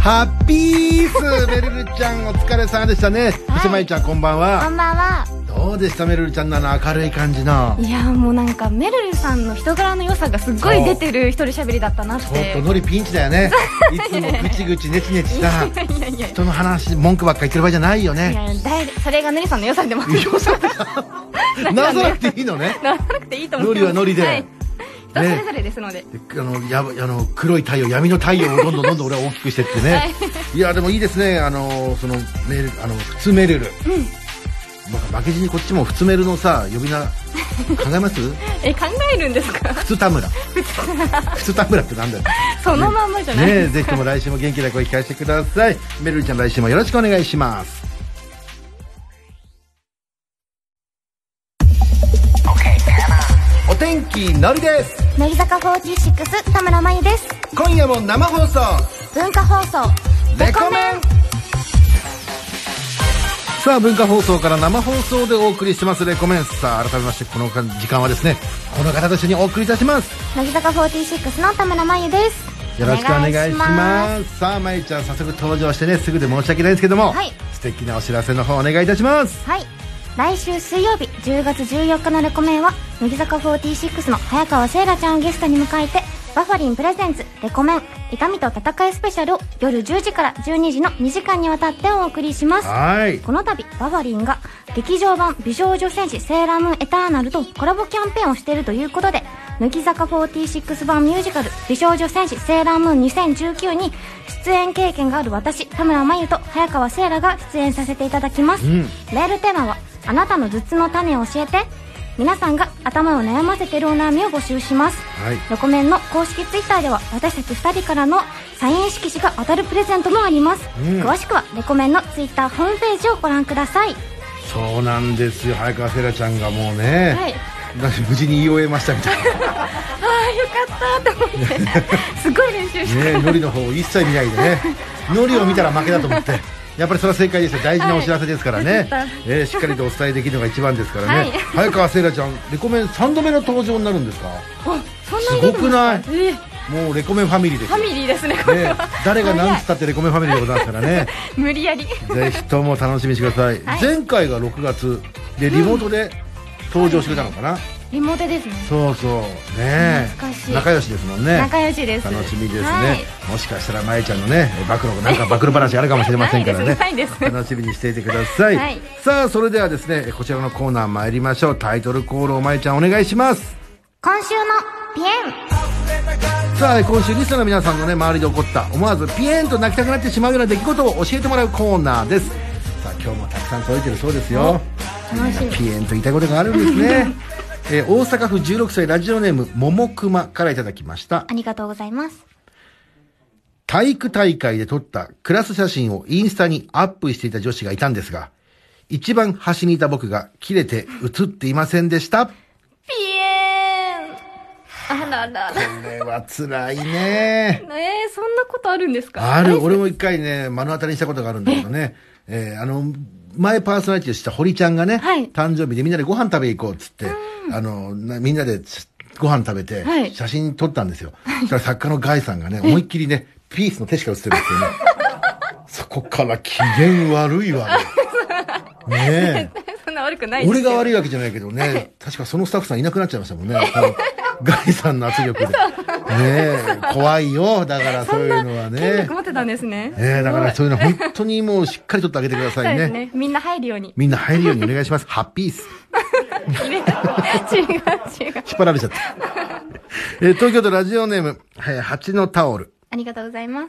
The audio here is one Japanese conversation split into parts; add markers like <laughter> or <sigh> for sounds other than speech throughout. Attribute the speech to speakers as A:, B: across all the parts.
A: ハッピースめるるちゃんお疲れ様でしたね。
B: はい
A: そしてまゆちゃんこんばん
B: こ
A: は。
B: んばんは。
A: どうでしためるるちゃんのあの明るい感じ
B: <laughs>
A: の。
B: いやもうなんかめるるさんの人柄の良さがすっごい出てる一人喋りだったなっ
A: ちょってとノリピンチだよ
B: <laughs>
A: ね。いつもぐちぐちネチネチした
B: いやいやい
A: 人の話文句ばっか言ってる場合じゃないよ
B: やい
A: ね。
B: やだいそれがのりさんの良さでもある
A: よさなさなくていいのね。
B: ならなくていいと思
A: ノ
B: って
A: リはノリで。
B: はい、人そ
A: ね
B: れぞれですので、
A: であのやばあの黒い太陽闇の太陽をどんどんどんどん俺は大きくしてってね、
B: はい
A: い、やでもいいですねあのそのメールあの普通メールル、ま負けじにこっちも普通メールのさ呼び名考えます
B: え考えるんですか
A: 普通田村普通田村ってなんだよ
B: そのまんまじゃない、
A: ねえぜひとも来週も元気な声聞かせてくださいめるるちゃん来週もよろしくお願いしますお天気のりです
B: 乃木坂46田村真由です
A: 今夜も生放送
B: 文化放送
A: レコメンさあ文化放送から生放送でお送りしてますレコメンさあ改めましてこの時間はですねこの方と一緒にお送りいたします
B: 乃木坂46の田村真由です
A: よろしくお願いしますさあまゆちゃん早速登場してねすぐで申し訳ないんですけども、
B: はい
A: 素敵なお知らせの方お願いいたします
B: はい来週水曜日10月14日のレコメンは乃木坂46の早川せいらちゃんをゲストに迎えてバファリンプレゼンツレコメン痛みと戦いスペシャルを夜10時から12時の2時間にわたってお送りします
A: はい
B: この度バファリンが劇場版美少女戦士セーラームーンエターナルとコラボキャンペーンをしているということで乃木坂46版ミュージカル美少女戦士セーラームーン2019に出演経験がある私田村真由と早川せいらが出演させていただきます、
A: ん
B: メールテーマはあなたの頭痛の種を教えて皆さんが頭を悩ませているお悩みを募集します
A: はい
B: ロコメンの公式ツイッターでは私たち2人からのサイン色紙が当たるプレゼントもあります、
A: うん
B: 詳しくはレコメンのツイッターホームページをご覧ください
A: そうなんですよ早川せいらちゃんがもうね、
B: はい
A: 私無事に言い終えましたみたいな
B: ああよかったと思ってすごい練習
A: <laughs>
B: し
A: ねえ、ノリの方を一切見ないでね、ノリを見たら負けだと思って。やっぱりそれは正解ですよ大事なお知らせですからね、
B: はい
A: えーしっかりとお伝えできるのが一番ですからね、
B: はい
A: 早川せいらちゃんレコメン3度目の登場になるんですか
B: おそんなに
A: すご
B: 出てます
A: く
B: かえー
A: もうレコメンファミリーです
B: フ
A: <laughs>
B: ァ
A: よ、
B: ミリーですねこれ
A: ね
B: は、
A: 誰が何つったってレコメンファミリーでございますからね
B: 早い無理やり
A: ぜひとも楽しみにしてください、
B: はい
A: 前回が6月でリモートで登場してくれたのかな、
B: リモートですね
A: そうそうね
B: 懐かしい
A: 仲良しですもんね
B: 仲良しです
A: 楽しみですね、
B: はい
A: もしかしたらまえちゃんのね暴露なんか暴露話あるかもしれませんからね
B: <laughs> ないですないです
A: 楽しみにしていてください、
B: はい
A: さあそれではですねこちらのコーナー参りましょうタイトルコールをまえちゃんお願いします
B: 今週のピエン
A: さあ今週リストの皆さんのね周りで起こった思わずピエンと泣きたくなってしまうような出来事を教えてもらうコーナーですさあ今日もたくさん届いてるそうですよみんなピエンと言いたいことがあるんですねえー大阪府16歳ラジオネームももくまからいただきました
B: ありがとうございます
A: 体育大会で撮ったクラス写真をインスタにアップしていた女子がいたんですが、一番端にいた僕が切れて映っていませんでした。こ
B: ピエンあららら
A: れは辛いね。
B: えー、そんなことあるんですか
A: ある、俺も一回ね、目の当たりにしたことがあるんだけどね、えーあの、前パーソナリティをした堀ちゃんがね、
B: はい
A: 誕生日でみんなでご飯食べ行こうっつって、あの、なみんなでつご飯食べて
B: は、い
A: 写真撮ったんですよ。そしたら作家のガイさんがね、思いっきりね、ピースの手しか写って <laughs> るんですよね。そこから機嫌悪い <laughs> わね。ねえ。
B: <laughs> そんな悪くない
A: 俺が
B: 悪
A: 悪いわけじゃないけどね、確かそのスタッフさんいなくなっちゃいました <laughs> もんね。このガイさんの圧力で。ねえ、怖いよ。だからそういうのは
B: 権
A: ね
B: 力。持ってたんですね
A: ええだからそういうの本当にもうしっかり取ってあげてください
B: そう
A: ね。
B: ですね。みんな入るよ
A: <laughs>
B: うに。
A: みんな入るようにお願いし
B: <laughs>
A: ます。ハッピース。
B: 入れ違う
A: 引っ
B: 違う。
A: 張られちゃった。 <laughs> えー東京都ラジオネーム、えー蜂のタオル。
B: ありがとうございます。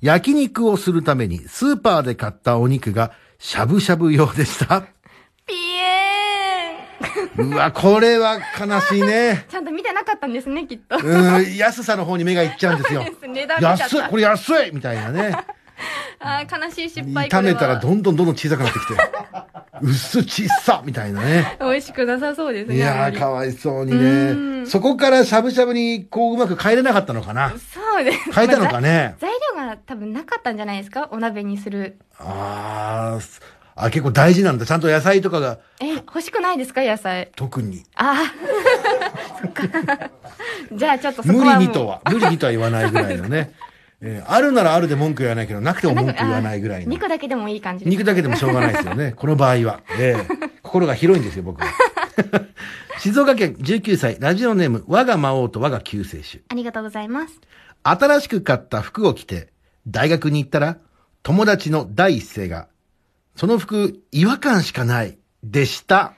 A: 焼肉をするためにスーパーで買ったお肉がしゃぶしゃぶ用でした。
B: ピエーン
A: うわ、これは悲しいね。
B: ちゃんと見てなかったんですね、きっと。
A: うん、安さの方に目がいっちゃうん
B: <laughs>
A: ですよ。
B: 値段見ちゃった
A: 安いこれ安いみたいなね。
B: あー悲しい失敗
A: 炒めたらどんどんどんどん小さくなって
B: <laughs>
A: きて。薄小さみたいなね。
B: これは美味しくなさそうですね。
A: い
B: あ
A: やー、
B: んま
A: かわいそうにね。そこからしゃぶしゃぶに、こう、うまく変えれなかったのかな
B: り。そうです。
A: 変えたのか
B: ね。
A: ね。
B: <laughs> 材料が多分なかったんじゃないですかお鍋にする。
A: あーすあ、結構大事なんだ。ちゃんと野菜とかが、
B: え、欲しくないですか野菜。
A: 特に。
B: ああ。そっか。じゃあちょっとそこ
A: 無
B: はもう。 <laughs>
A: 理にとは、無理にとは言わないぐらいのね。えーあるならあるで文句言わないけど、なくても文句言わないぐらいの。
B: 肉だけでもいい感じ
A: <laughs>
B: です
A: 肉だけでもしょうがないですよね。この場合は。え
B: <laughs>
A: え心が広いんですよ、僕は。 <laughs> 静岡県19歳、ラジオネーム、我が魔王と我が救世主。
B: ありがとうございます
A: 新しく買った服を着て、大学に行ったら、友達の第一声が、その服、違和感しかない、でした。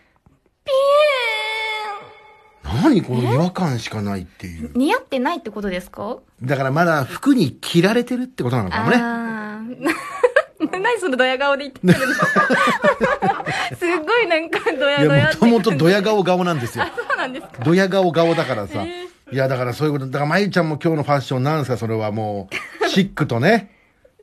A: 何この違和感しかないっていう。
B: 似合ってないってことですか
A: だからまだ服に着られてるってことなのかもね。
B: あー <laughs> 何そのドヤ顔で言ってるのすっごいなんかドヤ
A: い
B: ドヤ
A: や、
B: っ
A: も
B: て
A: ともとドヤ顔顔なん
B: <laughs>
A: ですよ。
B: そうなんですか
A: ドヤ顔顔だからさ。いや、だからそういうこと。だから、まゆちゃんも今日のファッションなんですかそれはも
B: <laughs>
A: う、シックとね。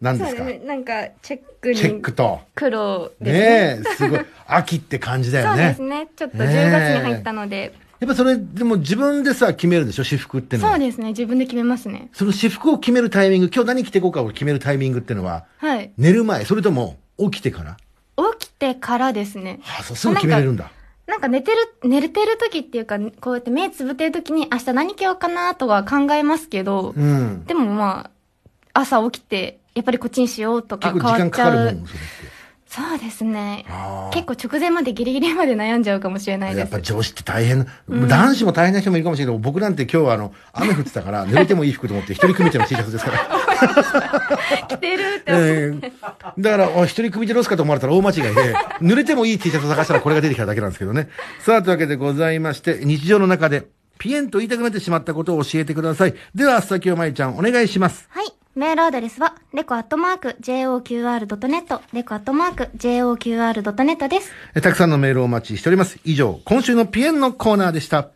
A: 何ですか
B: そうですねなんかチェック
A: チェッ
B: に
A: クと。
B: 黒です
A: ね
B: ね
A: え、すごい。秋って感じだ
B: <laughs> そ
A: よ
B: う
A: ね。
B: ですねちょっと
A: ね
B: 10月に入ったので、
A: やっぱそれ、でも自分でさ、決めるでしょ私服っての
B: そう
A: は。
B: ですね自分で決めますね
A: その私服を決めるタイミング、今日何着ていこうかを決めるタイミングってのは、
B: はい
A: 寝る前、それとも起きてから。
B: 起きてからですね
A: あ、そう、すぐ決めれるんだ。
B: なんか寝てる、寝れてる時っていうか、こうやって目つぶってる時に明日何着ようかなとは考えますけど、
A: うん。
B: でもまあ、朝起きて、やっぱりこっちにしようとか
A: 結構
B: 変
A: 時
B: わ
A: 間
B: っち
A: かか
B: ゃ
A: るも
B: う。
A: ん、それって。
B: そうですね。
A: あー
B: 結構直前までギリギリまで悩んじゃうかもしれない
A: や
B: で
A: っ
B: す
A: ぱ。上司って大変、男子も大変な人もいるかもしれないけど、僕なんて今日はあの、雨降ってたから、濡れてもいい服と思って、一人組手の T シャツですから。
B: 着てるって思って、
A: ええだから、お一人組手ロスかと思われたら大間違いで、 <laughs> 濡れてもいい T シャツを探したらこれが出てきただけなんですけどね。さあ、というわけでございまして、日常の中で、ピエンと言いたくなってしまったことを教えてください。では、先をまゆちゃん、お願いします。
B: はい。メールアドレスは、レコアットマーク、joqr.net、レコアットマーク、joqr.net です。
A: えたくさんのメールをお待ちしております。以上、今週のピエンのコーナーでした。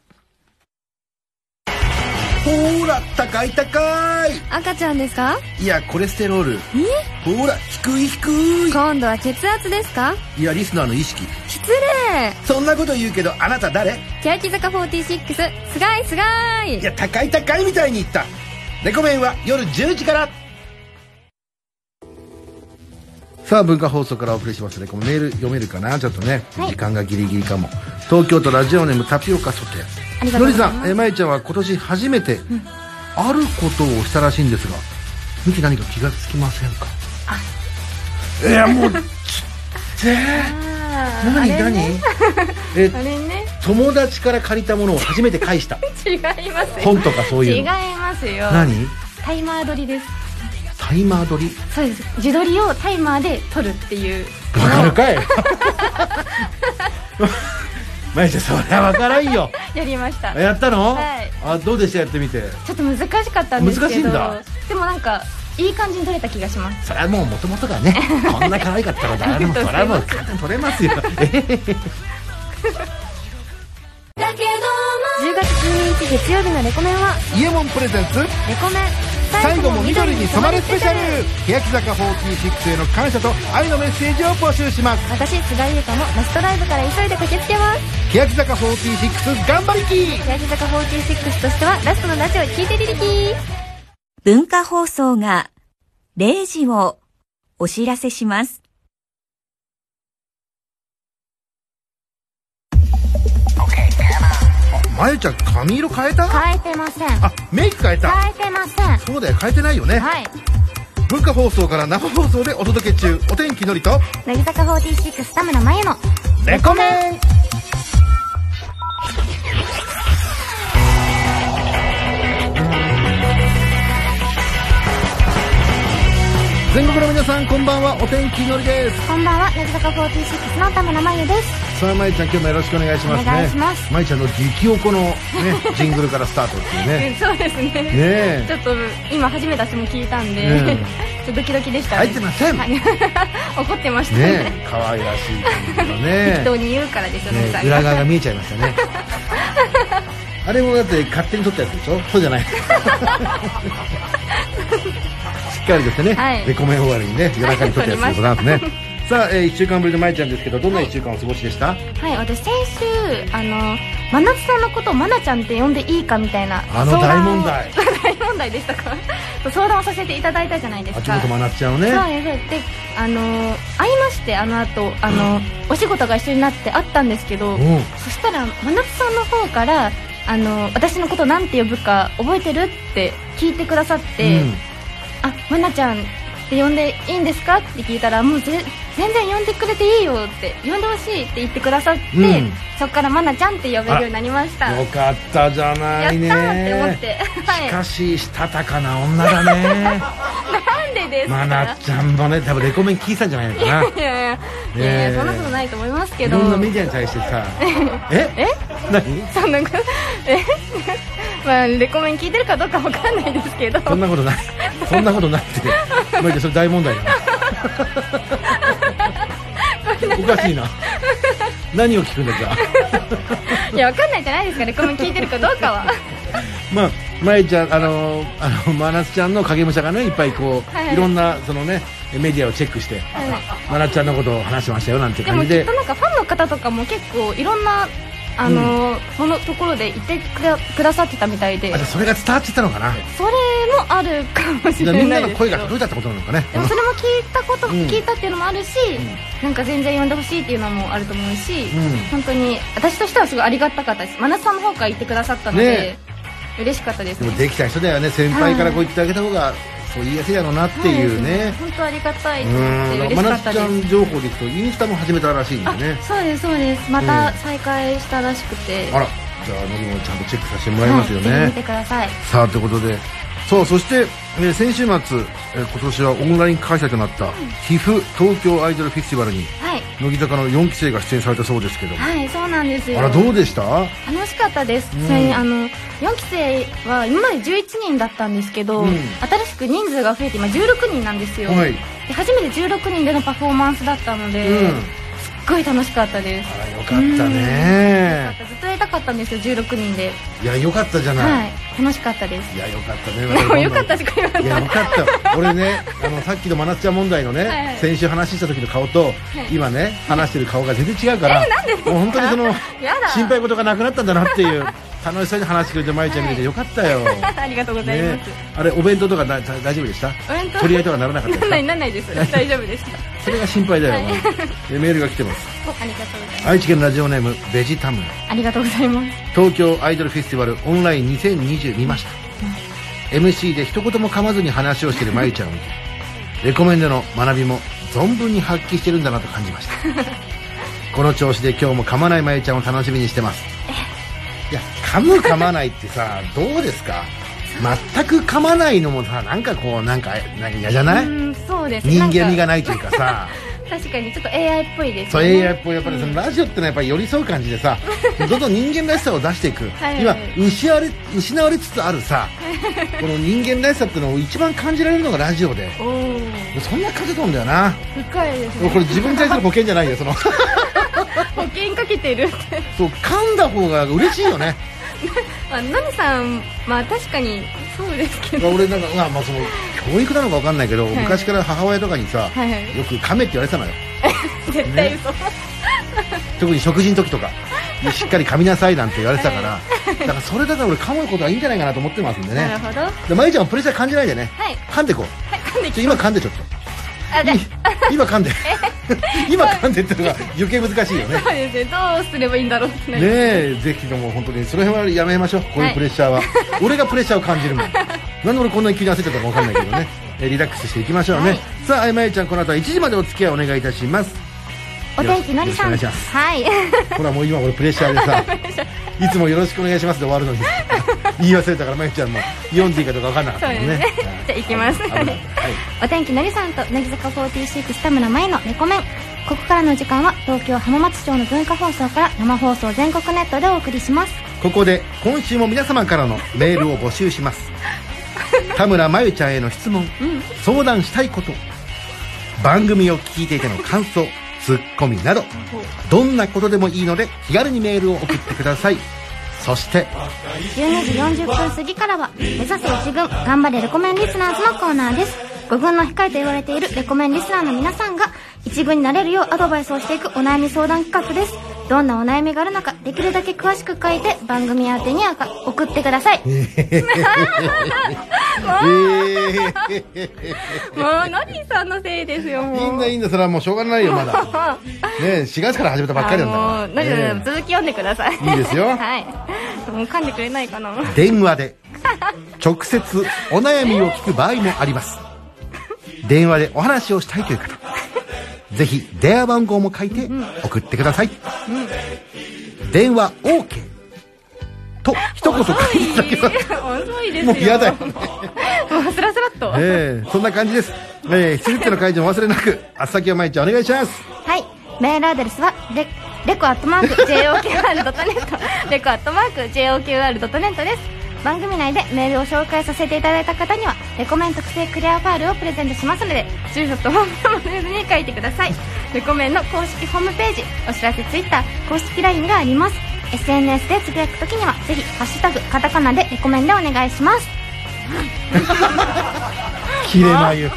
A: ほら、高い高い
C: 赤ちゃんですか
A: いや、コレステロール。ほら、低い低い。
C: 今度は血圧ですか
A: いや、リスナーの意識。
C: 失礼
A: そんなこと言うけど、あなた誰
C: 欅坂46すがいすがい
A: いや、高い高いみたいに言った。レコメンは夜10時から。さあ、文化放送からお送りしますね。このメール読めるかなちょっとね、
B: はい
A: 時間がギリギリかも。東京都ラジオネームタピオカソテ
B: あり
A: ー。の
B: がとうご
A: り
B: ざい
A: さ
B: ます
A: ん、えまゆちゃんは今年初めて、あることをしたらしいんですが、見て何か気がつきませんかいや、
B: <laughs>
A: もう、ちっちゃい。
B: あー
A: 何
B: あれね
A: 何え
B: あれね、
A: 友達から借りたものを初めて返
B: <laughs>
A: した
B: 違いますよ。
A: 本とかそう
B: 違
A: い
B: いう
A: の
B: ますよ。
A: 何
B: タイマー撮りです。
A: タイマー撮り
B: そうです自撮りをタイマーで撮るっていう
A: わかるかいまゆちゃんそりゃわからんよ
B: やりました
A: やったの、
B: はい
A: あどうでしたやってみて
B: ちょっと難しかったんですけど
A: 難しいんだ
B: でもなんかいい感じに撮れた気がします
A: それはもうもともとがねこんな可愛かったら誰でもそれはもう勝手に取れますよ
C: 10月12日月曜日のレコメンは
A: イエモンプレゼンツ
C: レコメン
A: 最後も緑に染まるスペシャル欅坂46への感謝と愛のメッセージを募集します
C: 私菅井優香もラストライブから急いで駆けつけます
A: 欅坂46頑張りき
C: 欅坂46としてはラストのラジオ聞いてリリキ
D: 文化放送が0時をお知らせします。
A: まゆちゃん髪色変えた
B: 変えてません変
A: あメイク変えた
B: えてません
A: そうだよ変えてないよね
B: はい
A: 文化放送から生放送でお届け中お天気のりと
B: 乃木坂46田村真由の
A: レコメン全国の皆さんこんばんはお天気のりです
B: こんばんは乃木坂46の田村真由です
A: さあまゆちゃん今日もよろしくお願いしますね
B: お願いします
A: まゆちゃんの激おこ
B: <laughs>
A: のねジングルからスタートっていう <laughs> ね
B: そうですね
A: ねえ
B: ちょっと今初めて私も聞いたんで、
A: うん
B: <laughs> ちょっとドキドキでした
A: 入ってません
B: は
A: ね
B: い <laughs> 怒ってましたね
A: え可愛らしい感じのね
B: <laughs> 適当に言うからですよ、徳
A: ね
B: さ、んが
A: 裏側が見えちゃいました
B: <laughs>
A: ねあれもだって勝手に撮ったやつでしょそうじゃない
B: <laughs>
A: しっかりですね、
B: はい
A: レコメン終わりにね夜中に撮ったやつでございますねさあ、え1週間ぶりのまいちゃんですけどどんな1週間を過ごしでした、
B: はい、私先週あの真夏さんのことを「まなちゃんって呼んでいいか」みたいな
A: あの
B: 相談
A: 大
B: を
A: 問題
B: <laughs> 大問題でしたか <laughs> 相談をさせていただいたじゃないです
A: 秋
B: か
A: 元真夏ちゃんをね
B: そうですそうですであの会いましてあの後あの、お仕事が一緒になって会ったんですけど、
A: うん
B: そしたら真夏さんの方からあの私のことなんて呼ぶか覚えてるって聞いてくださって、
A: うん
B: あ花ちゃんって呼んでいいんですかって聞いたらもうぜ全然呼んでくれていいよって呼んでほしいって言ってくださって、
A: うん
B: そこからまなちゃんって呼べるようになりました
A: よかったじゃ
B: や
A: な
B: った
A: いね
B: ーって思って、
A: し
B: は
A: かししたたかな女だね
B: い、なんでですか、
A: まなちゃんのね多分レコメン聞いてたんじゃないのかない
B: <laughs> やいや、
A: え
B: いやいやそんなことないと思いますけ
A: い
B: ど
A: ろんなメディアに対して
B: <laughs>
A: さええ何
B: そんなことえ <laughs> まあレコメン聞いてるかどうかわかんないです
A: <laughs>
B: けど
A: そんなことないそんなことないってマジでそれ大問題だなおかしいな何を聞くんだじゃあ
B: いやわかんないじゃないですかレコメン聞いてるかどうかは
A: まあ、まゆちゃん、あのあの、真夏ちゃんの影武者がね、いっぱいこう、
B: はい
A: い、ろんな、そのね、メディアをチェックして、真夏ちゃんのことを話してましたよなんて
B: でも
A: 感
B: き
A: じで
B: っと、なんかファンの方とかも結構いろんなあのものところで言ってくだくださってたみたいで
A: あじゃあそれが伝わってきたのかな。
B: それもあるかもし
A: じゃ
B: れ
A: あみ
B: ないです
A: んなの声が
B: けど
A: 届いたってことなのかね。
B: でもそれも聞いたこと、
A: うん
B: 聞いたっていうのもあるし、なんか全然呼んでほしいっていうのもあると思うし、
A: ん
B: 本当に私としてはすごいありがたかったです真夏さんの方から言ってくださったので、
A: ね
B: 嬉しかったです
A: でもできた人だよね、先輩からこう言ってあげた方が、そう言いやすいやろうなっていうね。
B: 本当ありがたいと
A: う
B: 思って
A: ん、
B: 嬉
A: 真
B: しかった
A: 夏ち
B: で
A: ゃ
B: す、
A: ん情報でいくと、インスタも始めたらしいんだよね
B: あ。そうですそうですま
A: う
B: た
A: ん
B: 再開したらしくて、
A: あら、じゃあ、のりもちゃんとチェックさせてもらいますよね。
B: はいぜひ見てください
A: さあということでそうそして、えー先週末、えー今年はオンライン開催となった TIFF 東京アイドルフェスティバルに
B: はい
A: 乃木坂の4期生が出演されたそうですけども
B: はいそうなんですよ
A: あらどうでした
B: 楽しかったです、
A: うん
B: それにあの4期生は今まで11人だったんですけど、
A: うん
B: 新しく人数が増えて今16人なんですよ、
A: はい
B: で初めて16人でのパフォーマンスだったので、
A: うん
B: すっごい楽しかったです
A: あらよかったね
B: ずっとやりたかったんですよ16人で、
A: いやよかったじゃない、
B: はい楽しかったです
A: い、やよかったね
B: でもよかったしか言わない
A: いやよかった俺ねあのさっきの真夏ちゃん問題のね、
B: はいはい
A: 先週話した時の顔と、今ね話してる顔が全然違うから、もう本当にその
B: やだ
A: 心配事がなくなったんだなっていう楽しそうに話してくれてまゆちゃん見れてよかったよ、
B: <laughs> <laughs> ありがとうござい
A: ね
B: ます、、
A: あれお弁当とかだだ大丈夫でした
B: お弁当
A: 取り合いとかならなかったです
B: <laughs> なん
A: か
B: ないなんないです大丈夫でした
A: それが心配だよ、えメールが来てます
B: ありがとうございます
A: 愛知県ラジオネームベジタム
B: ありがとうございます
A: 東京アイドルフェスティバルオンライン2020見ました、MC で一言も噛まずに話をしてるまゆちゃんを見てレコメンでの学びも存分に発揮してるんだなと感じました
B: <laughs>
A: この調子で今日も噛まないまゆちゃんを楽しみにしてますいや噛む噛まないってさどうですか全く噛まないのもさなんかこうなんかなんか嫌じゃない
B: うんそうです
A: 人間味が
B: な
A: ないというかさ
B: んか確かにちょっと AI っぽいです
A: そう
B: ね
A: いうやっぱやっぱりそのラジオってのはやっぱり寄り添う感じで
B: <laughs>
A: さどんどん人間らしさを出していく
B: はい
A: 今失われ失われつつあるさこの人間らしさってのを一番感じられるのがラジオで
B: おー
A: そんな風とんだよな
B: 深いです
A: こ <laughs>
B: ね
A: れ自分に対する保険じゃないよその <laughs>
B: 保険かけてるって、
A: そう噛んだ方が嬉しいよね
B: まあ、ナミさんまあ確かにそうですけど
A: 俺なんか、まあ、まあその教育なのか分かんないけど、
B: い
A: 昔から母親とかにさ、
B: はいはい
A: よく噛めって言われてたのよ
B: 絶対嘘、
A: 特に食事の時とかでしっかり噛みなさいなんて言われてたから、だからそれだから俺噛むことはいいんじゃないかなと思ってますんで
B: なる
A: ね
B: ほどは
A: でまゆちゃんはプレッシャー感じないでね、 <laughs>
B: はい
A: 噛んでこう
B: い噛んで
A: ち
B: き
A: ょ今噛んでちょっと
B: あで
A: 今噛ん
B: <laughs>
A: で今噛んでってのが余計難しいよね
B: そう <laughs> ですねどうすればいいんだろうってな
A: ね
B: ります
A: えぜひとも本当にその辺はやめましょうこういうプレッシャーは、俺がプレッシャーを感じる
B: <laughs>
A: もんなんで俺こんなに急に焦っちゃったか分かんないけどねえーリラックスしていきましょうね、
B: はい
A: さああまゆちゃんこの後は1時までお付き合いお願いいたし
B: <laughs>
A: ます
B: お天気のりさん
A: よろしくお願いします
B: はい <laughs>
A: ほらもう今俺プレッシャーでさいつもよろしくお願いしますで終わるの
B: <laughs>
A: に言い忘れたからまゆちゃんも読んでいいかどうか分かんなかったもんね
B: そうですね
A: はい
B: じゃあ行きます
A: 危ないはい
B: お天気のりさんと乃木坂46田村舞のレコメンここからの時間は東京浜松町の文化放送から生放送全国ネットでお送りします
A: ここで今週も皆様からのメールを募集します <laughs> 田村真由ちゃんへの質問、相談したいこと番組を聞いていての感想ツッコミなどどんなことでもいいので気軽にメールを送ってくださいそして
B: 12時40分過ぎからは目指せ1軍頑張れレコメンリスナーズのコーナーです5軍の控えと言われているレコメンリスナーの皆さんが1軍になれるようアドバイスをしていくお悩み相談企画ですどんなお悩みがあるのかできるだけ詳しく書いて番組宛てにあか送ってくださいもう
A: えー、 <laughs>
B: ナリさんのせいですよ
A: いいん
B: も
A: だいいんだそれはもうしょうがないよまだねえ4月から始めたばっかりなんだから
B: ナリさん
A: え
B: 続き読んでください
A: いい
B: <laughs>
A: ですよ
B: いもう噛んでくれない
A: <laughs>
B: かな
A: え電話で直接お悩みを聞く場合もあります電話でお話をしたいという方ぜひ電話番号も書いて送ってください、電話 OK と一言書いていただけます
B: 遅いです <laughs>
A: も
B: よ
A: う嫌だよね
B: もうスラスラっとは
A: ええそんな感じです。ええー、すべての会場も忘れなく、あっさきをまいちゃんお願いします。
B: いメールアドレスはレレコアットマーク <laughs> JOQR.net レコアットマーク JOQR.net です番組内でメールを紹介させていただいた方にはレコメン特製クリアファイルをプレゼントしますので住所と本名を忘れずに書いてくださいレコメンの公式ホームページお知らせツイッター公式 LINE があります SNS でつぶやくときにはぜひ「ハッシュタグカタカナ」でレコメンでお願いします
A: 切れ眉。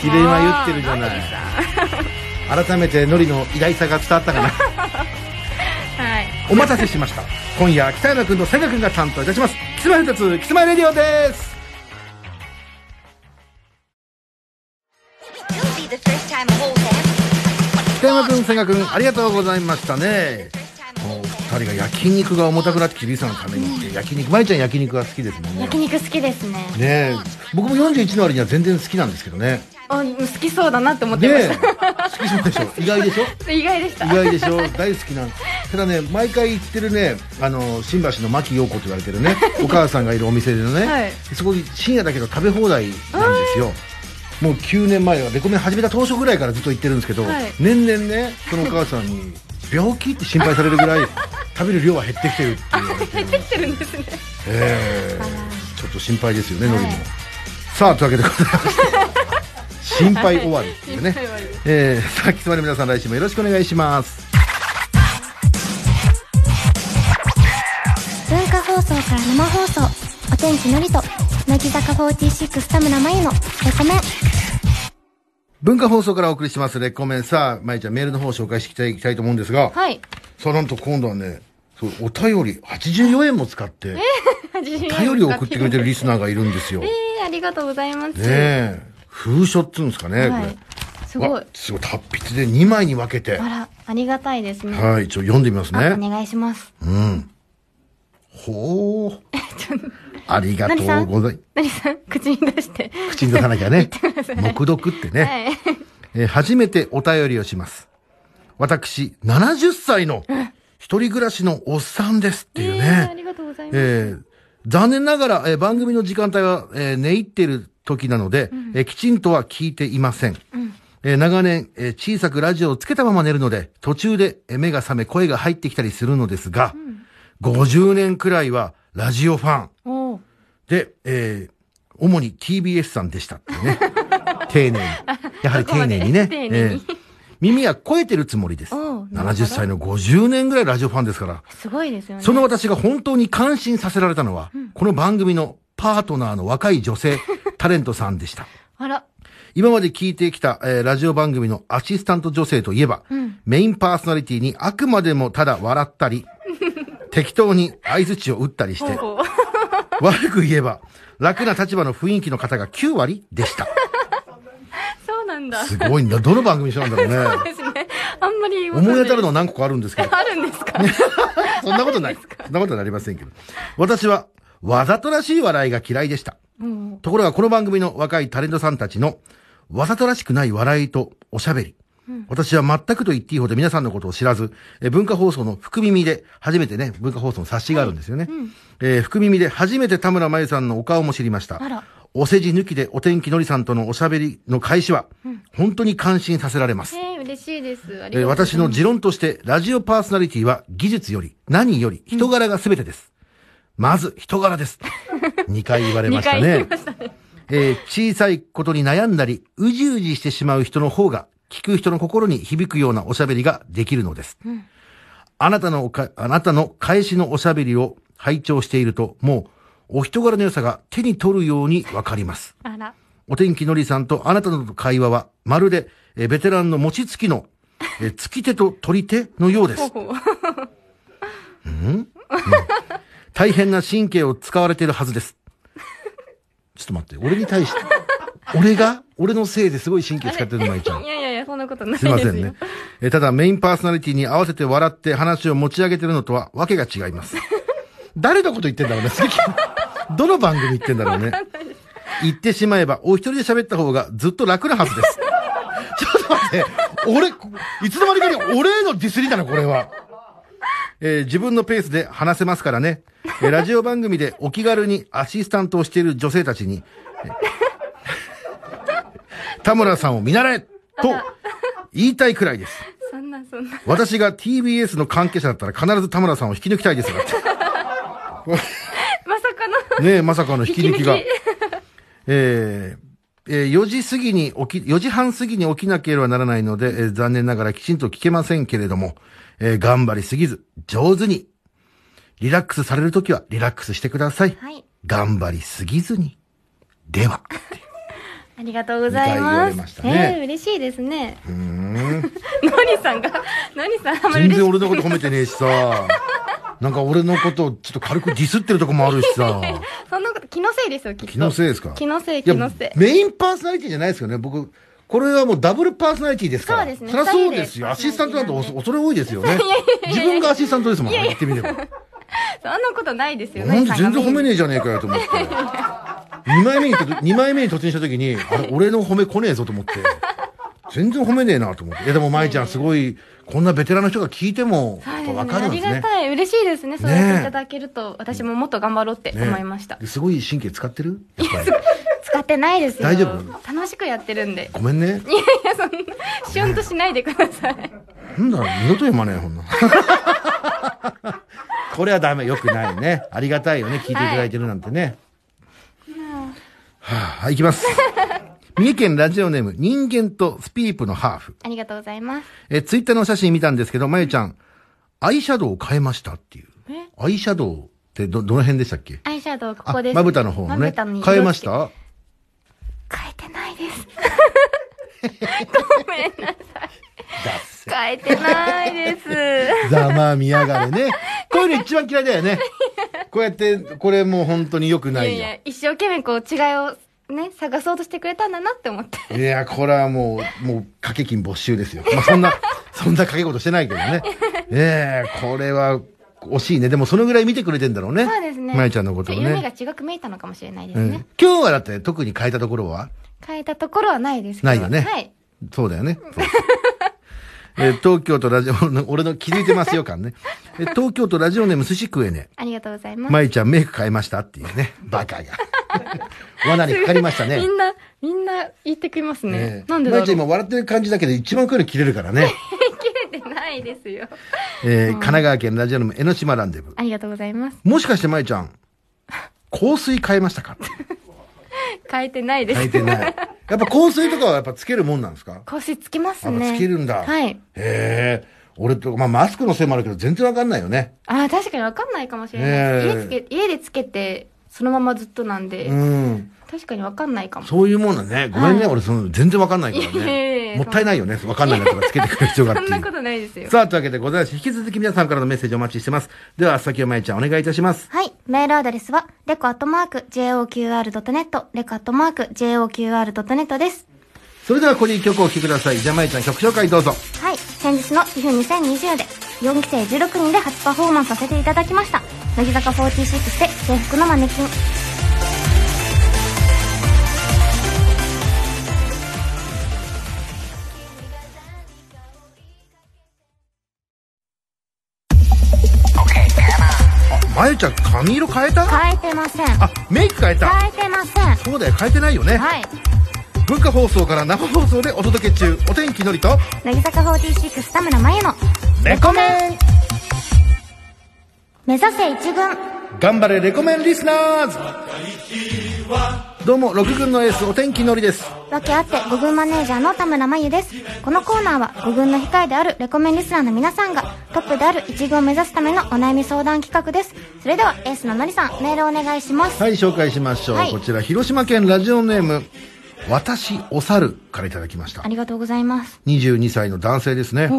A: 切れ眉ってるじゃない。改めてノリの偉大さが伝わったかな。
B: はい
A: お待たせしました。今夜、北山君と千賀君が担当いたします。キスマイフルツ、キスマイレディオです。北山君、千賀君、ありがとうございましたね。もう二人が焼肉が重たくなってきて、リサのためにって、焼肉、まいちゃん焼肉が好きですもんね
B: 焼。肉好きですね
A: ねえ、僕も41の割には全然好きなんですけどね。
B: あ好きそうだなって思っ
A: ね
B: てま
A: え
B: し、
A: 好きそうでしょ。意外でしょ。
B: た意外でした <laughs>
A: 意外でしょ大好きなんただね毎回行ってるねあの新橋の牧陽子と言われてる
B: <laughs>
A: ねお母さんがいるお店でね、
B: はい
A: そこに深夜だけど食べ放題なんですよもう9年前はレコメン始めた当初ぐらいからずっと行ってるんですけど、
B: はい
A: 年々ねそのお母さん
B: <laughs>
A: に病気って心配されるぐらい食べる量は減ってきてるって言わ
B: <laughs>
A: れてる
B: 減ってきてるんですね
A: ええちょっと心配ですよね、のりも。さあ、というわけでございまして。
B: <laughs>
A: 心配終わりっていうね。えー、さあ、きつまり皆さん来週もよろしくお願いします。
B: 文化放送から生放送お天気のりと乃木坂46田村真由のレコメン
A: 文化放送からお送りします、レコメン。さあ、まいちゃん、メールの方を紹介していきたいと思うんですが、
B: はい
A: さあ、なんと今度はね、そうお便り、84円も使って、お便りを送ってくれてるリスナーがいるんですよ。ね
B: えー、ありがとうございます、
A: え、封書っつうんですかね、
B: は
A: こ
B: い
A: れ。
B: すご
A: わ
B: い
A: すごい、達筆で2枚に分けて。
B: あらありがたいですね、
A: はい、ちょ、読んでみますね。
B: お願いします
A: ほう。
B: <laughs>
A: ありがとうござい
B: のりさん口に出して
A: ます。口に出さなきゃ
B: <laughs>
A: ね。目読ってね、
B: はい
A: えー初めてお便りをします。私、70歳の一人暮らしのおっさんですっていう
B: あ
A: ね。
B: りがとうございます、
A: えー残念ながら、えー番組の時間帯は、えー寝入っている時なので、えーきちんとは聞いていません。えー長年、えー小さくラジオをつけたまま寝るので、途中でえー目が覚め声が入ってきたりするのですが、50年くらいはラジオファン。
B: おー
A: で、えー、主に TBS さんでしたって
B: <laughs>
A: ね。丁寧に。やはり丁寧にね。
B: そこまで丁寧に
A: えー耳は超えてるつもりです。
B: おう
A: 70歳の50年ぐらいラジオファンですから、
B: すごいですよね
A: その私が本当に感心させられたのは、この番組のパートナーの若い女性、タレントさんでした。
B: あら
A: 今まで聞いてきた、えーラジオ番組のアシスタント女性といえば、メインパーソナリティにあくまでもただ笑ったり、適当に相槌を打ったりして、
B: おー <laughs>
A: 悪く言えば、楽な立場の雰囲気の方が9割でした。
B: そうなんだ
A: すごいんだ。どの番組一緒なんだろうね。
B: ですねあんまり
A: 思い当たる
B: の
A: のは何個かあるん
B: <laughs>
A: ですけど、
B: あるんですか
A: そんなことない。そんなことはありませんけど。私は、わざとらしい笑いが嫌いでした。ところがこの番組の若いタレントさんたちの、わざとらしくない笑いとおしゃべり。私は全くと言っていいほど皆さんのことを知らず、えー文化放送の福耳で、初めてね、文化放送の冊子があるんですよね。えー福耳で初めて田村真由さんのお顔も知りました。
B: あら
A: お世辞抜きでお天気のりさんとのおしゃべりの開始は、本当に感心させられます。
B: えー、嬉しいですあり
A: えー
B: がとう
A: 私の持論として、ラジオパーソナリティは技術より、何より、人柄が全てです。まず、人柄
B: <laughs>
A: です。2回言われました
B: 二回言
A: ね。えー小さいことに悩んだり、うじうじしてしまう人の方が、聞く人の心に響くようなおしゃべりができるのです。あなたのおか、あなたの返しのおしゃべりを拝聴していると、もう、お人柄の良さが手に取るようにわかります。
B: あら
A: お天気のりさんとあなたの会話は、まるで、えーベテランの餅つきの、えー付き手と取り手のようです。
B: ほう
A: 大変な神経を使われているはずです。ちょっと待って、俺に対して、俺が、俺のせいですごい神経使ってるの、まいちゃん
B: い。やいやいやそんなことないですす
A: い
B: よ
A: ませんね。えーただ、メインパーソナリティに合わせて笑って話を持ち上げてるのとは、わけが違い <laughs>
B: <laughs>
A: ます。誰のこと言ってんだろうね、好きどの番組言ってんだろうね。言ってしまえば、お一人で喋った方がずっと楽なはず
B: <laughs>
A: です。ちょっと待って、俺、いつの間にかに俺へのディスりだな、これは。えー自分のペースで話せますからね。えーラジオ番組でお気軽にアシスタントをしている女性たちに、えー田村さんを見習えと言いたいくらいです。
C: そんな、そんな。
A: 私が TBS の関係者だったら必ず田村さんを引き抜きたいですよ。
C: まさかの。
A: ねえ、まさかの引き抜きが。
C: 引き
A: えーえー4時過ぎに起き、4時半過ぎに起きなければならないので、えー残念ながらきちんと聞けませんけれども、えー頑張りすぎず、上手に。リラックスされるときはリラックスしてください。
B: はい。
A: 頑張りすぎずに。では。
C: ありがとうござい
A: 二回言わ
C: ま
A: れ
C: す。
A: ましたね
C: えー、嬉しいですね。
A: うーん。
C: のりさんが、のりさんあんまり嬉し
A: 全然
C: い。
A: 俺のこと褒めてねえしさ。なんか俺のことをちょっと軽くディスってるとこもあるしさ。
C: そんなこと、気のせいですよ、きっと。
A: 気のせいですか
C: 気のせい、
A: いや
C: 気のせい。
A: メインパーソナリティじゃないですよね。僕、これはもうダブルパーソナリティですから。
C: そうですね
A: そりゃそうですよ。ア
C: 二人で
A: シスタントなんて恐恐れ多いですよね。自分がアシスタントですもん。言ってみれば。
C: そんなことないですよ、の
A: なん
C: り
A: で
C: さんが
A: 全然褒め
C: ね
A: ねえじゃねえかよと思って。2枚目にと、二枚目に突入した時に、あれ、俺の褒め来ねえぞと思って。全然褒めねえなと思って。いやでも舞ちゃんすごい、こんなベテランの人が聞いても、やっぱわかるんです
C: あ
A: ね
C: りが。たい。嬉しいですね。そうやっていただけると、私ももっと頑張ろうって
A: ね
C: 思いました。
A: すごい神経使ってるやっぱり。
B: 使ってないですよ。
A: 大丈夫
C: 楽しくやってるんで。 <laughs>
A: ごめんね。
C: いや、そんな、シュンとしないでください。
A: なんだ、二度と読まねえ、ほんな。 <laughs> これはダメ、よくないね。ありがたいよね、聞いていただいてるなんてね。はあ、はい、いきます。三重県ラジオネーム、人間とスピープのハーフ。
B: ありがとうございます。
A: え、ツイッターのお写真見たんですけど、まゆちゃん、アイシャドウを変えましたっていう。アイシャドウってど、どの辺でしたっけ
B: アイシャドウこ
A: あ
B: こです。
A: まぶたの方の
B: まぶ
A: ね。
B: たに色
A: 変えました
B: 変えてないです。
C: 変えてないです。
A: ざまあみやがれね。こういうの一番嫌いだよ
B: <laughs>
A: ね。こうやって、これもう本当に良くないい
C: や
A: よ。
C: いや、一生懸命こう違いをね、探そうとしてくれたんだなって思って。
A: いや、これはもう、もう、掛け金没収ですよ。まあ、そんな、 <laughs> そんな掛け事してないけどね。ええこれは、惜しいね。でも、そのぐらい見てくれてんだろうね。
C: そうですね。
A: まゆちゃんのことを
C: ちょっ
A: ね。
C: 夢が違く見えたのかもしれないで
A: う
C: す
A: ん、
C: ね。
A: 今日はだって、特に変えたところは
C: 変えたところはないですけど。
A: ないよね
C: はい。
A: そうだよ
C: <laughs>
A: ね。そうえー東京都ラジオの、俺の気づいてますよ感ね。えー東京都ラジオネーム寿司食えね。
B: ありがとうございます。
A: まゆちゃんメイク変えましたっていうね。バ
C: <laughs>
A: カが。罠にかかりましたね。
C: みんな、みんな言ってきますね。なんで
A: ま
C: だ
A: ゆちゃん
C: ろう。
A: 今笑ってる感じだけど、一番こういうの切れるからね。
C: <laughs> 切れてないですよ。
A: えー神奈川県ラジオネーム江ノ島ランデブ。
B: ありがとうございます。
A: もしかしてまいちゃん、香水変えましたか
C: 変えてない <laughs> です。
A: 変えてない。やっぱ香水とかはやっぱつけるもんなんですか
B: 香水つきます
A: やっぱ
B: ね。
A: つけるんだ。
B: はい。
A: へえ。俺と、まあマスクのせいもあるけど全然わかんないよね。
C: ああ、確かにわかんないかもしれないです。
A: ね
C: 家つけ、家でつけて、そのままずっとなんで、
A: うん。
C: 確かにわかんないかも。
A: そういうもんだね。ごめんね、俺その全然わかんないから
C: いやいやい
A: ね。
C: や
A: もったいないよね。わかんないやつがつけてくる必要があ
C: そ
A: っ
C: ん
A: てい
C: な
A: う
C: ことないですよ。
A: <laughs> さあ、というわけでございまして、引き続き皆さんからのメッセージお待ちしてます。では、先をまいちゃんお願いいたします。
B: はい。メールアドレスは、レコアットマーク、JOQR.net、レコアットマーク、JOQR.net です。
A: それでは、ここで一曲お聴きください。じゃあ、まいちゃん曲紹介どうぞ。
B: はい。先日の TIFF2020 で、4期生16人で初パフォーマンスさせていただきました。乃木坂46で、制服のマネキン。
A: まゆちゃん、髪色変えた
B: 変えてません。
A: あ、メイク変えた
B: 変えてません。
A: そうだよ、変えてないよね。
B: はい。
A: 文化放送から生放送でお届け中、お天気のりと、
B: 乃木坂46田村真由の、
A: レコメン
B: 目指せ一軍。
A: 頑張れ、レコメンリスナーズどうも、6軍のエース、お天気のりです。
B: わけあって5軍マネージャーの田村真由ですこのコーナーは5軍の控えであるレコメンリスナーの皆さんがトップである1軍を目指すためのお悩み相談企画ですそれではエースののりさんメールお願いします
A: はい、紹介しましょう。
B: はい
A: こちら、広島県ラジオネーム、私、お猿からいただきました
B: あ。りがとうございます
A: 22歳の男性ですね。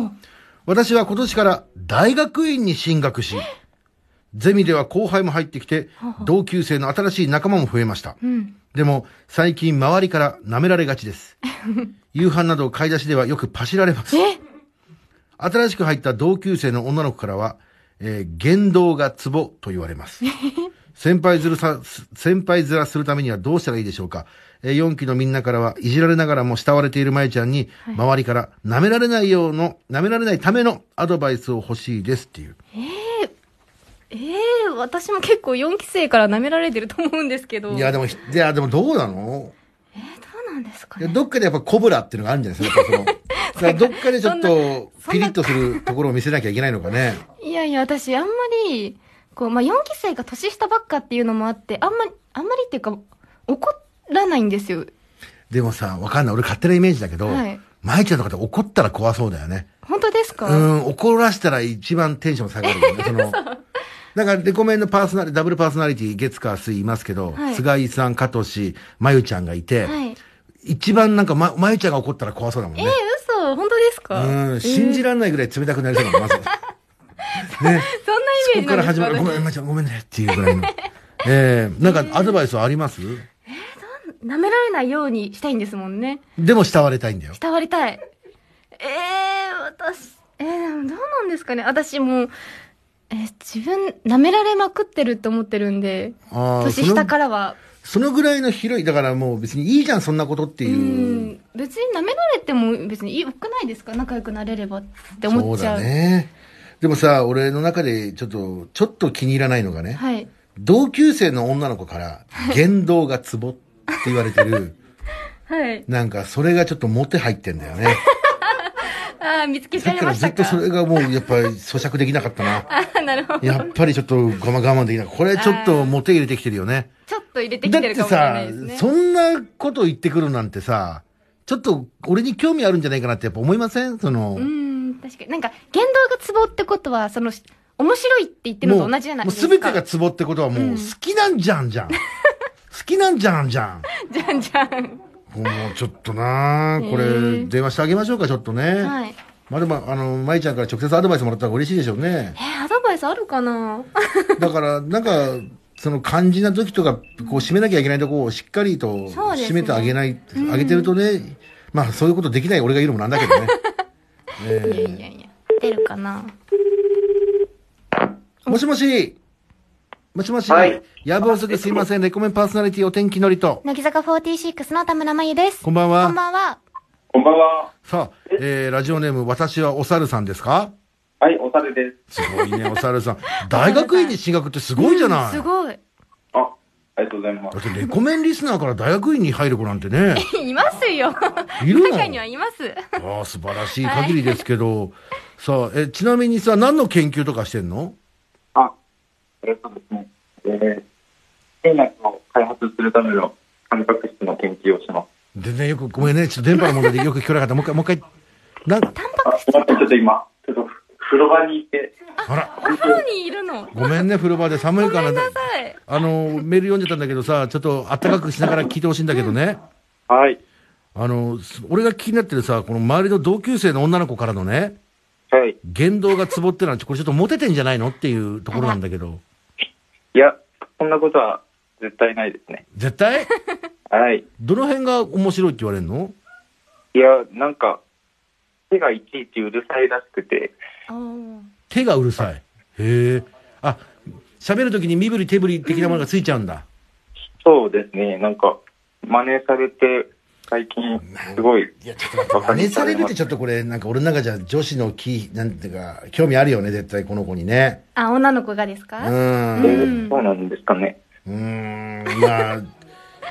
A: 私は今年から大学院に進学し、ゼミでは後輩も入ってきて、同級生の新しい仲間も増えました。でも、最近周りから舐められがちです。夕飯など買い出しではよくパシられます。新しく入った同級生の女の子からは、えー言動がツボと言われます。先輩ずるさ、先輩ずらするためにはどうしたらいいでしょうか。えー4期のみんなからは、いじられながらも慕われている舞ちゃんに、周りから舐められないようの、舐められないためのアドバイスを欲しいですっていう。
B: ええ私も結構4期生から舐められてると思うんですけど。
A: いや、でも、いや、でもどうなの
B: えーどうなんですか
A: いや
B: ね。
A: どっかでやっぱコブラっていうのがあるんじゃないですか、やっぱ
B: <laughs>
A: その。だからどっかでちょっと、
B: そんな
A: ピリッとするところを見せなきゃいけないのかね。
B: いやいや、私あんまり、こう、まあ、4期生が年下ばっかっていうのもあって、あんまり、あんまりっていうか、怒らないんですよ。
A: でもさ、わかんない。俺勝手なイメージだけど、
B: はい
A: 舞ちゃんとかって怒ったら怖そうだよね。
B: 本当です
A: う
B: か、
A: ん、怒らしたら一番テンション下がるよね、
B: <laughs>
A: その。だから、レコメンのパーソナリティ、ダブルパーソナリティ、月火水いますけど、
B: はい
A: 菅井さん、加藤氏、まゆちゃんがいて、
B: はい。
A: 一番なんかま、まゆちゃんが怒ったら怖そうだもん
B: え
A: ね
B: ー。、嘘本当ですか
A: うん、信じらんないぐらい冷たくなりそうだもん、ま
B: <laughs>
A: ず。ね。
B: そんなイ
A: そこ
B: メージ
A: か
B: な
A: ら
B: んです
A: 始まる。
B: 私
A: ごめん、まゆちゃん、ごめんね、っていうぐらいの。 <laughs> ええなんかアドバイスはあります
B: 舐められないようにしたいんですもんね。
A: でも慕われたいんだよ。
B: 伝わりたい。ええ私、えー、でもどうなんですかね私もう、えー自分、舐められまくってるって思ってるんで、
A: あー
B: 年下からは。
A: そのぐらいの広い、だからもう別にいいじゃん、そんなことって
B: う
A: いう。
B: ん。別に舐められても別に良くないですか仲良くなれればって
A: そ
B: 思
A: う
B: っちゃ
A: だ
B: う。
A: ね。でもさ、俺の中でちょっと、ちょっと気に入らないのがね、
B: はい。
A: 同級生の女の子から、言動がツボって言われてる、
B: はい。
A: なんかそれがちょっとモテ入ってんだ
B: <laughs>
A: よね。
B: ああ、見つけち
A: さ
B: ゃ
A: っき
B: い
A: から
B: まし
A: ずったと
B: か。
A: それがもうやっぱり咀嚼できなかったな。
B: <laughs> ああ、なるほど。
A: やっぱりちょっと我慢我慢できない。これちょっとモテ入れてきてるよね。
B: ちょっと入れてき
A: だって
B: る
A: て
B: かもしれな
A: さ
B: いです、ね。
A: そんなこと言ってくるなんてさ、ちょっと俺に興味あるんじゃないかなってやっぱ思いませんその、
B: うん、確かに。なんか、言動がツボってことは、その、し面白いって言ってるのと同じじゃない
A: も
B: で
A: う
B: す
A: す
B: か。
A: べてがツボってことはもうう好きなんじゃんじゃん。好きなんじゃんじゃん。
B: <laughs> じゃんじゃん。
A: もうちょっとなあこ
B: へ
A: れ
B: え
A: 電話してあげましょうか、ちょっとね。
B: はい。
A: まあでも、あの、舞ちゃんから直接アドバイスもらったら嬉しいでしょうね <laughs>
B: え。ー、アドバイスあるかな
A: だから、なんか、その肝心な時とか、こう締めなきゃいけないとこをしっかりと
B: そうですね
A: 締めてあげない、あげてるとね、まあそういうことできない俺が言うのもなんだけど
B: <laughs>
A: ね。
B: いやいやいや。出るかな
A: もしもし。もしもし。
E: はい
A: やぶ遅くすいません。レコメンパーソナリティお天気のりと。
F: 乃木坂46の田村真由です。
A: こんばんは
F: こんばんは。
E: こんばんは。
A: さあ、えー、ラジオネーム、私はお猿さんですか
E: はい、おさるです。
A: すごいね、お猿
B: <laughs>
A: さん。大学院に進学ってすごいじゃない。
B: すごい。
E: あ、ありがとうございます。
A: だって、レコメンリスナーから大学院に入る子なんてね。
B: いますよ。
A: いるの
B: 中にはいます。
A: ああ、素晴らしい限りですけど。さあ、え、ちなみにさ、何の研究とかしてんの
E: あ、えっとですね、えー、新薬を開発するためのタンパク質の研究をします。
A: 全然よく、ごめんね、ちょっと電波の問題でよく聞こえなかった。もう一回、もう一回。な、
E: あ、すみません、ちょっと今、ちょっと風呂場に行って、
A: あら、
B: お風呂にいるの。
A: ごめんね、風呂場で寒いからね。
B: はい。
A: あの、メール読んでたんだけどさ、ちょっとあったかくしながら聞いてほしいんだけどね。
E: はい、
A: あの、す俺が気になってるさ、この周りの同級生の女の子からのね、
E: はい。
A: 言動がツボってのは、ちょこれちょっとモテてんじゃないのっていうところなんだけど。
E: いや、そんなことは絶対ないですね。
A: 絶対
E: はい。
A: どの辺が面白いって言われるの
E: いや、なんか、手がいちいちうるさいらしくて、
B: あー
A: 手がうるさい。へえ。あ、喋るときに身振り手振り的なものがついちゃうんだ。
E: そうですね、なんか、真似されて、最近、すごい、
A: いや、ちょっと待って、真似されるってちょっとこれ、なんか俺の中じゃ女子の気、なんていうか、興味あるよね、絶対この子にね。
B: あ、女の子がです
A: う
B: か、
A: ー
E: え
A: ん。
E: ーそうなんですかね。
A: うーん、まあ、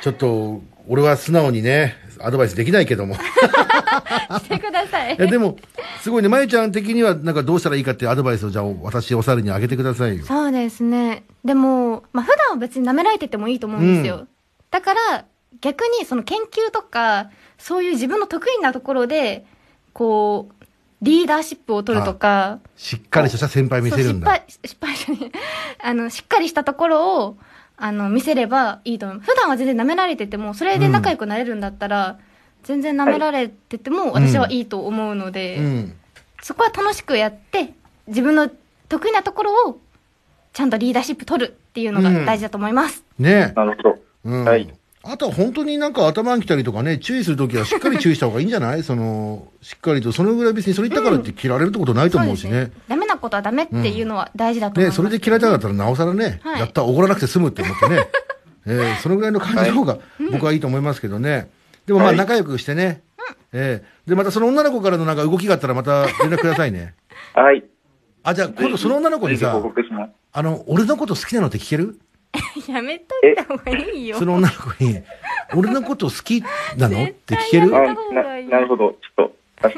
A: ちょっと、俺は素直にね、アドバイスできないけど <laughs> も。い
B: してください。
A: や、でも、すごいね、まゆちゃん的には、なんかどうしたらいいかっていうアドバイスを、じゃあ、私、お猿にあげてくださいよ。
B: そうですね。でも、まあ、普段は別に舐められててもいいと思うんですよ。
A: う
B: だから、逆にその研究とか、そういう自分の得意なところで、こう、リーダーシップを取るとか、
A: しっかりとした先輩見
B: そ
A: せ
B: う
A: るん
B: 失
A: だ。
B: 敗、失敗じゃねえ <laughs> あの、しっかりしたところを、あの、見せればいいと思う。普段は全然舐められてても、それで仲良くなれるんだったら、全然舐められてても、私はいいと思うので、
A: うん。
B: そこは楽しくやって、自分の得意なところを、ちゃんとリーダーシップ取るっていうのが大事だと思います。
A: ねえ。
E: なるほど。
A: うん。
E: はい
A: あとは本当になんか頭に来たりとかね、注意するときはしっかり <laughs> 注意した方がいいんじゃないその、しっかりと、そのぐらい別にそれ言ったからって切られるってことないと思うしね。
B: ダメな
C: なことはダメっていうのは大事だと思い
A: ね、
C: ます。
A: それで嫌いだったらなおさらね、
C: はい
A: やった、怒らなくて済むって思ってね、えーそのぐらいの感じの方が僕はいいと思いますけどね。でもまあ
E: はい
A: 仲良くしてね。えーで、またその女の子からのなんか動きがあったらまた連絡くださいね。
E: はい。
A: あ、じゃあ今度その女の子に
E: ぜ
A: さ
E: ひ報、告します。
A: あの、俺のこと好きなのって聞ける
C: やめといた方がいいよ
A: そ。の女の子に、俺のこと好きなのって聞
C: 絶
A: け
C: 対
A: る
C: や
E: あ
C: め
E: ななるほど。ちょっと、明日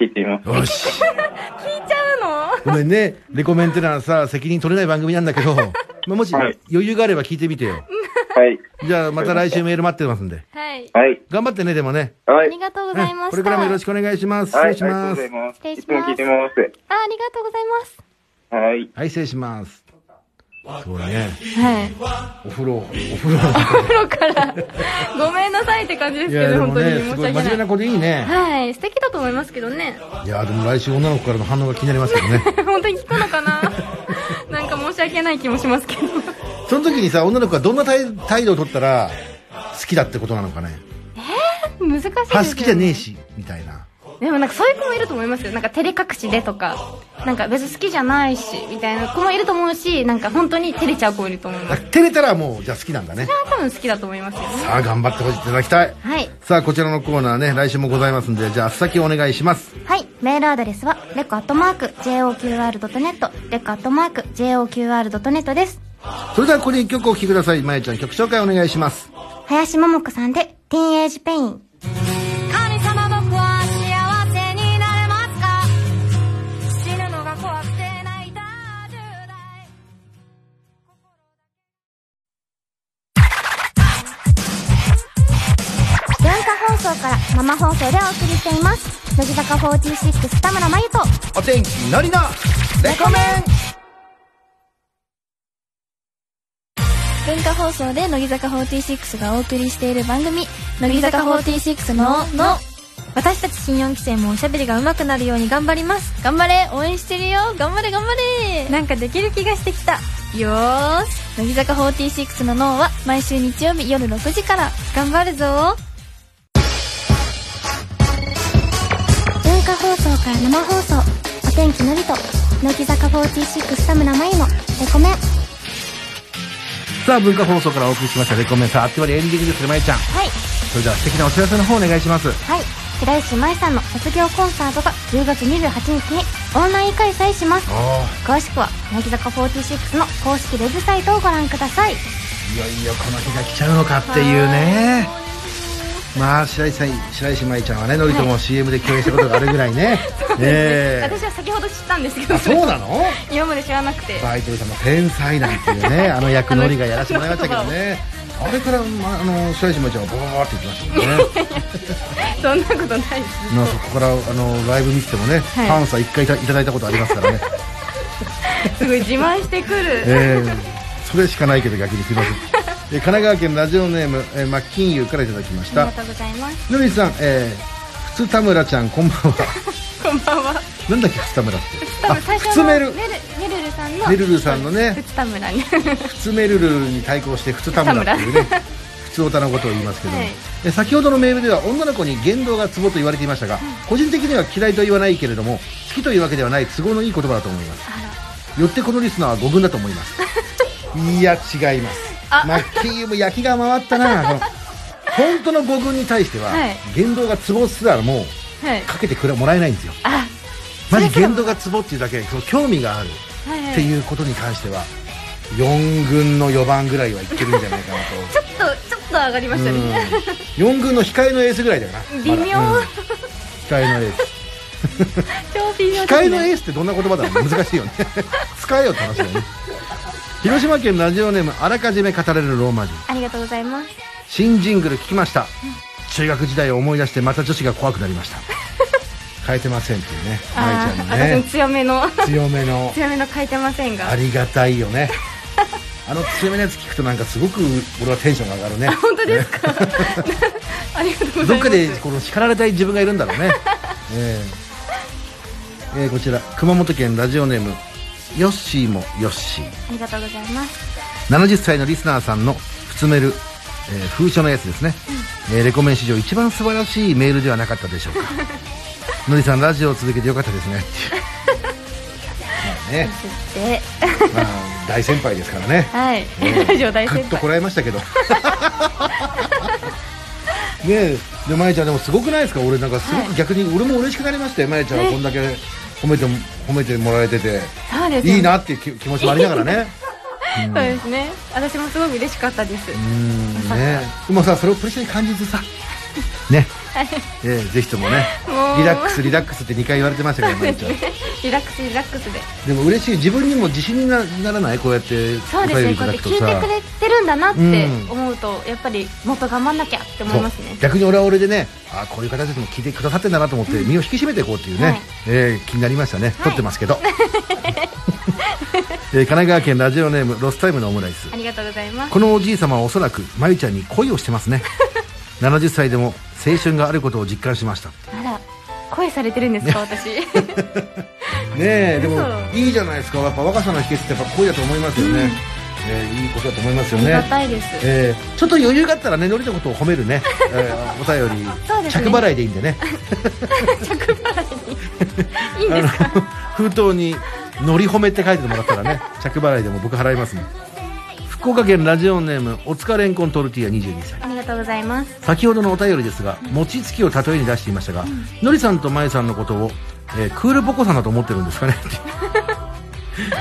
E: 聞いてみます。
A: よし。
C: 聞いちゃうの
A: ごめんね、レコメンテナンさ、責任取れない番組なんだけど、まあ、もし
E: はい
A: 余裕があれば聞いてみてよ。
E: はい。
A: じゃあまた来週メール待ってますんで。
C: はい。
E: はい。
A: 頑張ってね、でもね。
E: は
C: あ
E: い。
C: りがとうございました。
A: これからもよろしくお願いします。失
E: はい。あ
A: 礼
E: り
A: し
E: がとう
A: ま
E: ご
A: す。
E: ざいます。
C: 失礼し
E: いつも
C: ます
E: 聞いてます。
C: あありがとうございます。
E: はい。
A: はい、失礼します。そうだね。
C: はい。
A: お風呂、お風呂。
C: <laughs> 心から、ごめんなさいって感じです
A: い
C: け
A: や、で
C: ど、
A: も
C: 本当に
A: ね、す
C: 申し
A: ごい
C: 訳
A: 真面目
C: な。
A: ない子でいいね。
C: はい、素敵だと思いますけどね。
A: いや、でも来週女の子からの反応が気になりますけどね。
C: <laughs> 本当に聞くのかな <laughs> なんか申し訳ない気もします
A: <laughs>
C: けど。
A: その時にさ、女の子がどんな態態度を取ったら、好きだってことなのかね。
C: 難しいですよ、
A: は、
C: ね。
A: 好きじゃねえし、みたいな。
C: でもなんかそういう子もいると思いますよ。なんか照れ隠しでとか、なんか別に好きじゃないし、みたいな子もいると思うし、なんか本当に照れちゃう子もいると思います。
A: 照れたらもう、じゃあ好きなんだね。
C: それは多分好きだと思いますよね。
A: さあ、頑張ってほしいいただきたい。
B: はい。
A: さあ、こちらのコーナーね、来週もございますんで、じゃあ、先お願いします。
B: はい。メールアドレスは、レコアットマーク、JOQR.net、レコアットマーク、JOQR.net です。
A: それでは、ここで一曲お聴きください。まゆちゃん、曲紹介お願いします。
B: 林桃子さんで、ティーンエイジペイン。
G: 神様僕は幸せになれますか死ぬのが怖くて泣いた10代
B: 文化放送から生放送でお送りしています。乃木坂46田村真由と、
A: お天気のりのレコメ
H: 文化放送で乃木坂46がお送りしている番組「乃木坂46の」の私たち新4期生もおしゃべりが上手くなるように頑張ります頑張れ応援してるよ頑張れ頑張れなんかできる気がしてきたよーし乃木坂46の脳は毎週日曜日夜6時から頑張るぞー
B: 文化放送から生放送、お天気のりと、乃木坂46田村真由の、レコメン。
A: ンさあ、文化放送からお送りしましたレコメンさあ、あっという間にエンディングですね、まゆちゃん。
B: はい。
A: それでは、素敵なお知らせの方お願いします。
B: はい。白石麻衣さんの卒業コンサートが10月28日にオンライン開催します。詳しくは、乃木坂46の公式ウェブサイトをご覧ください。
A: いよいよこの日が来ちゃうのかっていうね。まあ、白石さん、白石麻衣ちゃんはね、のりとも CM で共演したことがあるぐらい <laughs> ね。え
C: 私は先ほど知ったんですけ
A: え
C: ど、
A: あ、そうなの
C: 今まで知らなくて。
A: バイトリさんの天才なんていう
C: <laughs>
A: ね、あの役のりがやらせてもらいましたけどね。あれから、まあ、あの、白石麻衣ちゃんはボーって行きましたもんね。
C: <laughs> そんなことないです。
A: まあ、そこからあのライブ見ててもね、
C: い
A: パンサー1回いたいただいたことありま
C: <laughs>
A: すからね、
C: すごい自慢してくる。
A: えーそれしかないけど逆にすいませんえー神奈川県ラジオネーム、えー、マッキンユーからいただきまし
C: あり
A: た
C: がとうございます。
A: のりさん、えー、普通田村ちゃんこんばんは
C: <laughs> こんばんは。
A: なんだっけ普通田村って
C: 多分最
A: 普
C: 初
A: 通
C: の
A: メ
C: め
A: ル
C: るめるるさんの
A: めるるさんのね
C: ふつたむらに
A: <laughs> 普通メルルに対抗して普通田村っていうね普通オタのことを言いますけど、
C: はい
A: え先ほどのメールでは女の子に言動がツボと言われていましたが、個人的には嫌いとは言わないけれども好きというわけではない都合のいい言葉だと思いますよってこのリスナーは五軍だと思います
C: <laughs>
A: いや違いますマッキーも焼きが回った
C: <laughs>
A: なこの本当の五軍に対しては、
C: はい
A: 言動がツボすらも
C: はい、
A: かけてくれもらえないんですよ
C: あ
A: まず言動がツボっていうだけその興味がある
C: はいは
A: っ
C: い
A: ていうことに関しては4軍の4番ぐらいはいってるんじゃないかな
C: <laughs> ちょっとちょっと上がりましたね
A: と4軍の控えのエースぐらいだよな
C: 微妙
A: まだうん控えのエース
C: <laughs> 超微妙です
A: 控えの
C: ね
A: エースってどんな言葉だろう難しいよね <laughs> 使えよって話だよね広島県ラジオネームあらかじめ語れるローマ人
B: ありがとうございます。
A: 新ジングル聞きました中学時代を思い出してまた女子が怖くなり
C: <laughs>
A: ました変えてませんっていうね
C: あ
A: 愛ちゃんの
C: ー私
A: ね
C: も強めの
A: 強めの
C: 強めの書いてません
A: あ
C: が
A: りがたいよ <laughs> ねあの強めのやつ聞くとなんかすごく俺はテンションが上がるね
C: 本当ですかありがとうござ
A: ど
C: い
A: っ
C: ます
A: かでこの叱られたい自分がいるんだろうね、えええーこちら熊本県ラジオネームヨッシーもヨッシー
B: ありがとうございます。
A: 70歳のリスナーさんの「つめる」えー封書のやつですね、えーレコメン史上一番素晴らしいメールでは <laughs> なかったでしょうかのりさんラジオを続けてよかったですねっていうね、
C: で、
A: まあ、大先輩ですから <laughs> ね
C: はい
A: ね。
C: ラジオ大
A: ぐ
C: 先
A: っと
C: 輩。
A: こらえましたけど <laughs> ねえでまえちゃんでもすごくないですか俺なんかすごく逆に、俺も嬉しくなりましたよまえちゃんはこんだけ褒めても褒めてもらえてて
C: そうですね
A: いいなっていう気気持ちもありなが
C: <laughs>
A: らね
C: そうですね。私もすごく嬉しかったです。
A: うんねでもさそれをプレッシャーに感じずさね、ええぜひともね
C: もう
A: リラックスリラックスって2回言われてましたけどまえちゃん
C: リラックスリラックスで。
A: でも嬉しい自分にも自信になならないこうやって
C: そうですね。こうやって聞いてくれてるんだなって思うと、やっぱりもっと頑張んなきゃって思います
A: そう
C: ね。
A: 逆に俺は俺でねあーこういう形でも聞いてくださってんだなと思って身を引き締めていこうっていうね、
C: はい
A: えー気になりましたね、撮ってま
C: <laughs>
A: すけど、えー神奈川県ラジオネームロスタイムのオムライス
C: ありがとうございます。
A: このおじい様はおそらくまゆちゃんに恋をしてます
C: <laughs>
A: ね70歳でも青春があることを実感しました
C: あら、恋されてるんですか私。 <laughs>
A: ねえでも
C: そう
A: いいじゃないですかやっぱ若さの秘訣ってやっぱ恋だと思いますよね、えーいいことだと思いますよ
C: あり
A: ね
C: がたいです。
A: えーちょっと余裕があったらね、のりのことを褒め
C: <laughs>
A: るね、えーお便り、
C: そうですね
A: 着払いでいいんでね、
C: <laughs> 着払いに。いいんですか。
A: あの封筒に「のり褒め」って書いてもらったらね着払いでも僕払
C: <laughs>
A: いますね福岡県ラジオネームおつかれんこんトルティーヤ22歳
C: ありがとうございます。
A: 先ほどのお便りですが餅つきを例えに出していましたが、のりさんとまゆさんのことを、えークールポコさんだと思ってるんですか <laughs> ね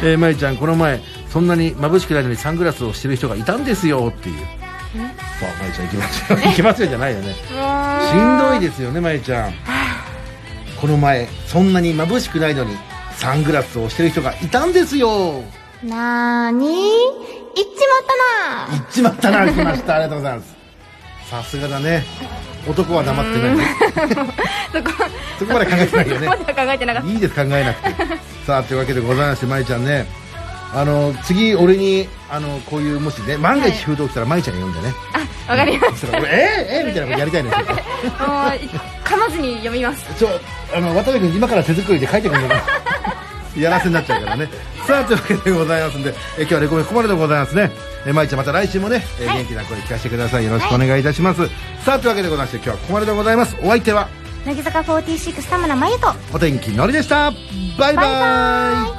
A: えー、まゆちゃんこの前そんなに眩しくないのにサングラスをしてる人がいたんですよっていうさあまゆちゃん行きますよ行きますよじゃない <laughs> よねしんどいですよねまゆちゃんこの前そんなに眩しくないのにサングラスをしてる人がいたんですよ
B: なーにーいっちまったな
A: 行っちまったな来ましたありがとうございますさすがだね男は黙ってないね <laughs>
C: そこ、
A: そこまで考えてないよ
C: そこ
A: ね
C: までは考えてなかっ
A: いいです考えなくてさあというわけでございましてまいちゃんねあの次俺にあのこういうもしね万が一封筒来たらまいちゃんに呼んでね、
C: た。わかりまし
A: そしたら俺えー、えーみたいなことやりたいね
C: た。もうい、噛まずに読みます。
A: ちょあの渡辺君今から手作りで書いてくるんだな <laughs> やらせになっちゃうからねさあというわけでございますんでえ今日はレコメンここまででございますねえまいちゃんまた来週もね、え元気な声聞かせてくださいよろしくお願いいたします、さあというわけでございまして今日はここまででございますお相手は
B: 乃木坂46田村真由と
A: お天気のりでしたバイバイ
B: バイバイ